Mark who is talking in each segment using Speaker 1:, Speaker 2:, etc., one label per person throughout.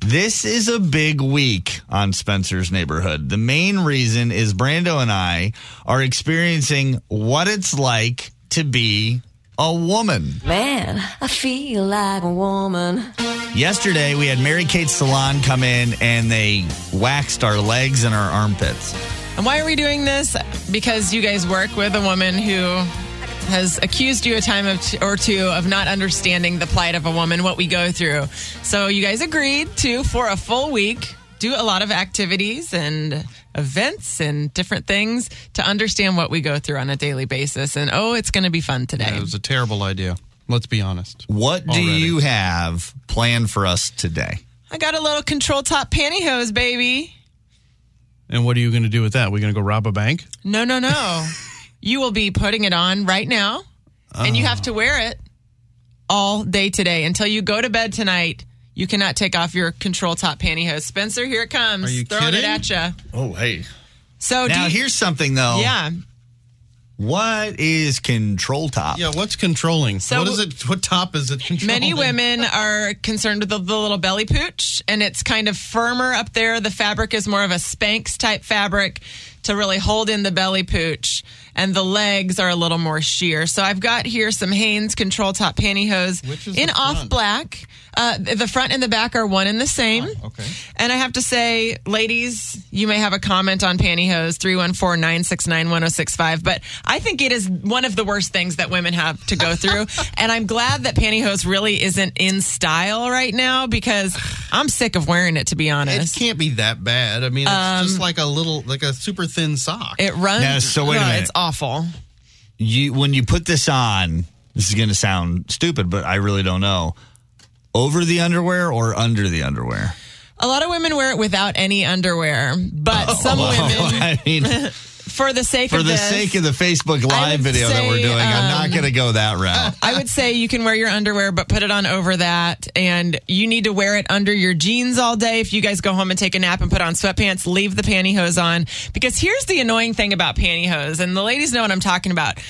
Speaker 1: This is a big week on Spencer's Neighborhood. The main reason is Brando and I are experiencing what it's like to be a woman.
Speaker 2: Man, I feel like a woman.
Speaker 1: Yesterday, we had Mary Kate Salon come in and they waxed our legs and our armpits.
Speaker 3: And why are we doing this? Because you guys work with a woman who has accused you a time of t- or two of not understanding the plight of a woman, what we go through. So you guys agreed to for a full week do a lot of activities and events and different things to understand what we go through on a daily basis. And oh, it's going to be fun today.
Speaker 4: It was a terrible idea. Let's be honest.
Speaker 1: What do
Speaker 4: Already.
Speaker 1: you have planned for us today?
Speaker 3: I got a little control top pantyhose, baby.
Speaker 4: And what are you going to do with that? We're going to go rob a bank?
Speaker 3: No, no, no. you will be putting it on right now, and you have to wear it all day today until you go to bed tonight. You cannot take off your control top pantyhose. Spencer, here it comes.
Speaker 4: Are you
Speaker 3: Throwing it
Speaker 4: kidding?
Speaker 3: at you.
Speaker 1: Oh, hey.
Speaker 3: So, do
Speaker 1: Now,
Speaker 3: you-
Speaker 1: here's something though.
Speaker 3: yeah.
Speaker 1: What is control top?
Speaker 4: Yeah, what's controlling?
Speaker 3: So-
Speaker 4: what is it? What top is it controlling?
Speaker 3: Many women are concerned with the, the little belly pooch, and it's kind of firmer up there. The fabric is more of a Spanx type fabric to really hold in the belly pooch, and the legs are a little more sheer. So I've got here some Hanes control top pantyhose
Speaker 4: Which is
Speaker 3: in
Speaker 4: the
Speaker 3: off
Speaker 4: front?
Speaker 3: black. Uh, th- the front and the back are one and the same.
Speaker 4: okay.
Speaker 3: And I have to say, ladies, you may have a comment on pantyhose 314 969 1065, but I think it is one of the worst things that women have to go through. and I'm glad that pantyhose really isn't in style right now because I'm sick of wearing it, to be
Speaker 4: It
Speaker 3: honest. It,
Speaker 4: can't be that bad. I mean, it's just like a little, like a super thin sock.
Speaker 3: runs.
Speaker 1: Now, so wait a
Speaker 3: no,
Speaker 1: minute.
Speaker 3: It's awful.
Speaker 1: You when you put this on, this is going to sound stupid, but I really don't know. Over the underwear or under the underwear?
Speaker 3: A lot of women wear it without any underwear, but some women,
Speaker 1: I mean,
Speaker 3: for the sake
Speaker 1: for
Speaker 3: of
Speaker 1: the
Speaker 3: this,
Speaker 1: sake of the Facebook
Speaker 3: I
Speaker 1: Live
Speaker 3: would
Speaker 1: video that we're
Speaker 3: say,
Speaker 1: doing, I'm
Speaker 3: um,
Speaker 1: not going to go that route.
Speaker 3: I would say you can wear your underwear, but put it on over that. And you need to wear it under your jeans all day. If you guys go home and take a nap and put on sweatpants, leave the pantyhose on. Because here's the annoying thing about pantyhose, and the ladies know what I'm talking about,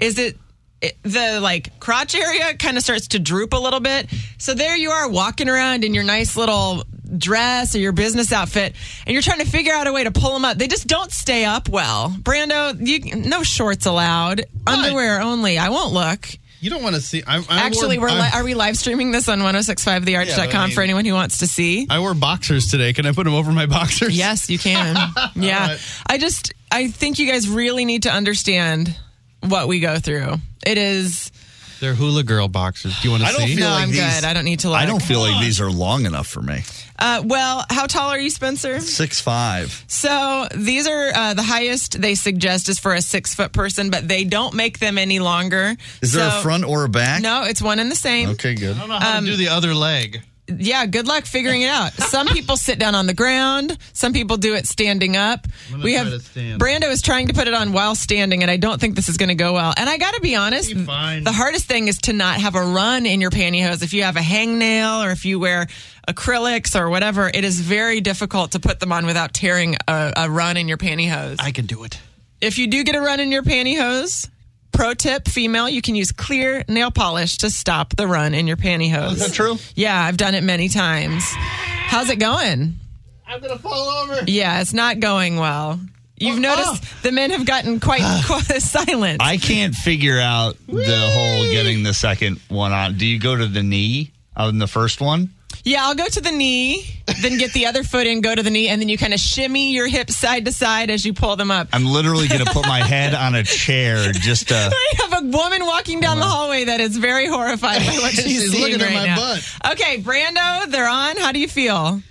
Speaker 3: is it, it the like crotch area kind of starts to droop a little bit. So there you are walking around in your nice little dress or your business outfit and you're trying to figure out a way to pull them up they just don't stay up well brando you no shorts allowed underwear only i won't look
Speaker 4: You don't want to see. I, I
Speaker 3: Actually,
Speaker 4: wore,
Speaker 3: we're li-
Speaker 4: I,
Speaker 3: are we live streaming this on 1065thearch.com
Speaker 4: Yeah, I mean-
Speaker 3: for anyone who wants to see?
Speaker 4: I wore boxers today. Can I put them over my boxers?
Speaker 3: yes, you can. yeah.
Speaker 4: right.
Speaker 3: I just I think you guys really need to understand what we go through. It is
Speaker 4: They're hula girl boxers. Do you want to
Speaker 1: I
Speaker 4: see?
Speaker 1: don't feel
Speaker 3: No,
Speaker 1: like
Speaker 3: I'm
Speaker 1: these,
Speaker 3: good. I don't need to look.
Speaker 1: I don't feel like these are long enough for me.
Speaker 3: uh, well, how tall are you, Spencer?
Speaker 1: Six five.
Speaker 3: So these are uh, the highest they suggest is for a six foot person, but they don't make them any longer.
Speaker 1: Is there
Speaker 3: So-
Speaker 1: a front or a back?
Speaker 3: No, it's one and the same.
Speaker 1: Okay, good.
Speaker 4: I don't know how to do the other leg.
Speaker 3: yeah, good luck figuring it out. Some people sit down on the ground. Some people do it standing up.
Speaker 4: gonna
Speaker 3: We
Speaker 4: try
Speaker 3: have
Speaker 4: to stand.
Speaker 3: Brando is trying to put it on while standing, and I don't think this is going to go well. And I got to be honest,
Speaker 4: Be fine.
Speaker 3: the hardest thing is to not have a run in your pantyhose. If you have a hangnail or if you wear acrylics or whatever, it is very difficult to put them on without tearing a, a run in your pantyhose.
Speaker 4: I can do it.
Speaker 3: If you do get a run in your pantyhose. Pro tip, female, you can use clear nail polish to stop the run in your pantyhose.
Speaker 1: true?
Speaker 3: Yeah, I've done it many times. How's it going?
Speaker 4: I'm gonna fall over.
Speaker 3: Yeah, it's not going well. You've noticed the men have gotten quite, quite silent.
Speaker 1: I can't figure out the whole getting the second one on. Do you go to the knee on the first one?
Speaker 3: yeah, I'll go to the knee, then get the other foot in, go to the knee, and then you kind of shimmy your hips side to side as you pull them up.
Speaker 1: I'm literally going to put my head on a chair just to.
Speaker 3: I have a woman walking down the hallway that is very horrified by what she's,
Speaker 4: She's
Speaker 3: seeing
Speaker 4: looking at
Speaker 3: right
Speaker 4: my
Speaker 3: now.
Speaker 4: butt.
Speaker 3: Okay, Brando, they're on. How do you feel?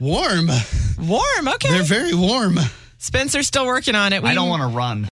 Speaker 4: Warm.
Speaker 3: Warm. Okay.
Speaker 4: They're very warm.
Speaker 3: Spencer's still working on it.
Speaker 1: I don't want to run.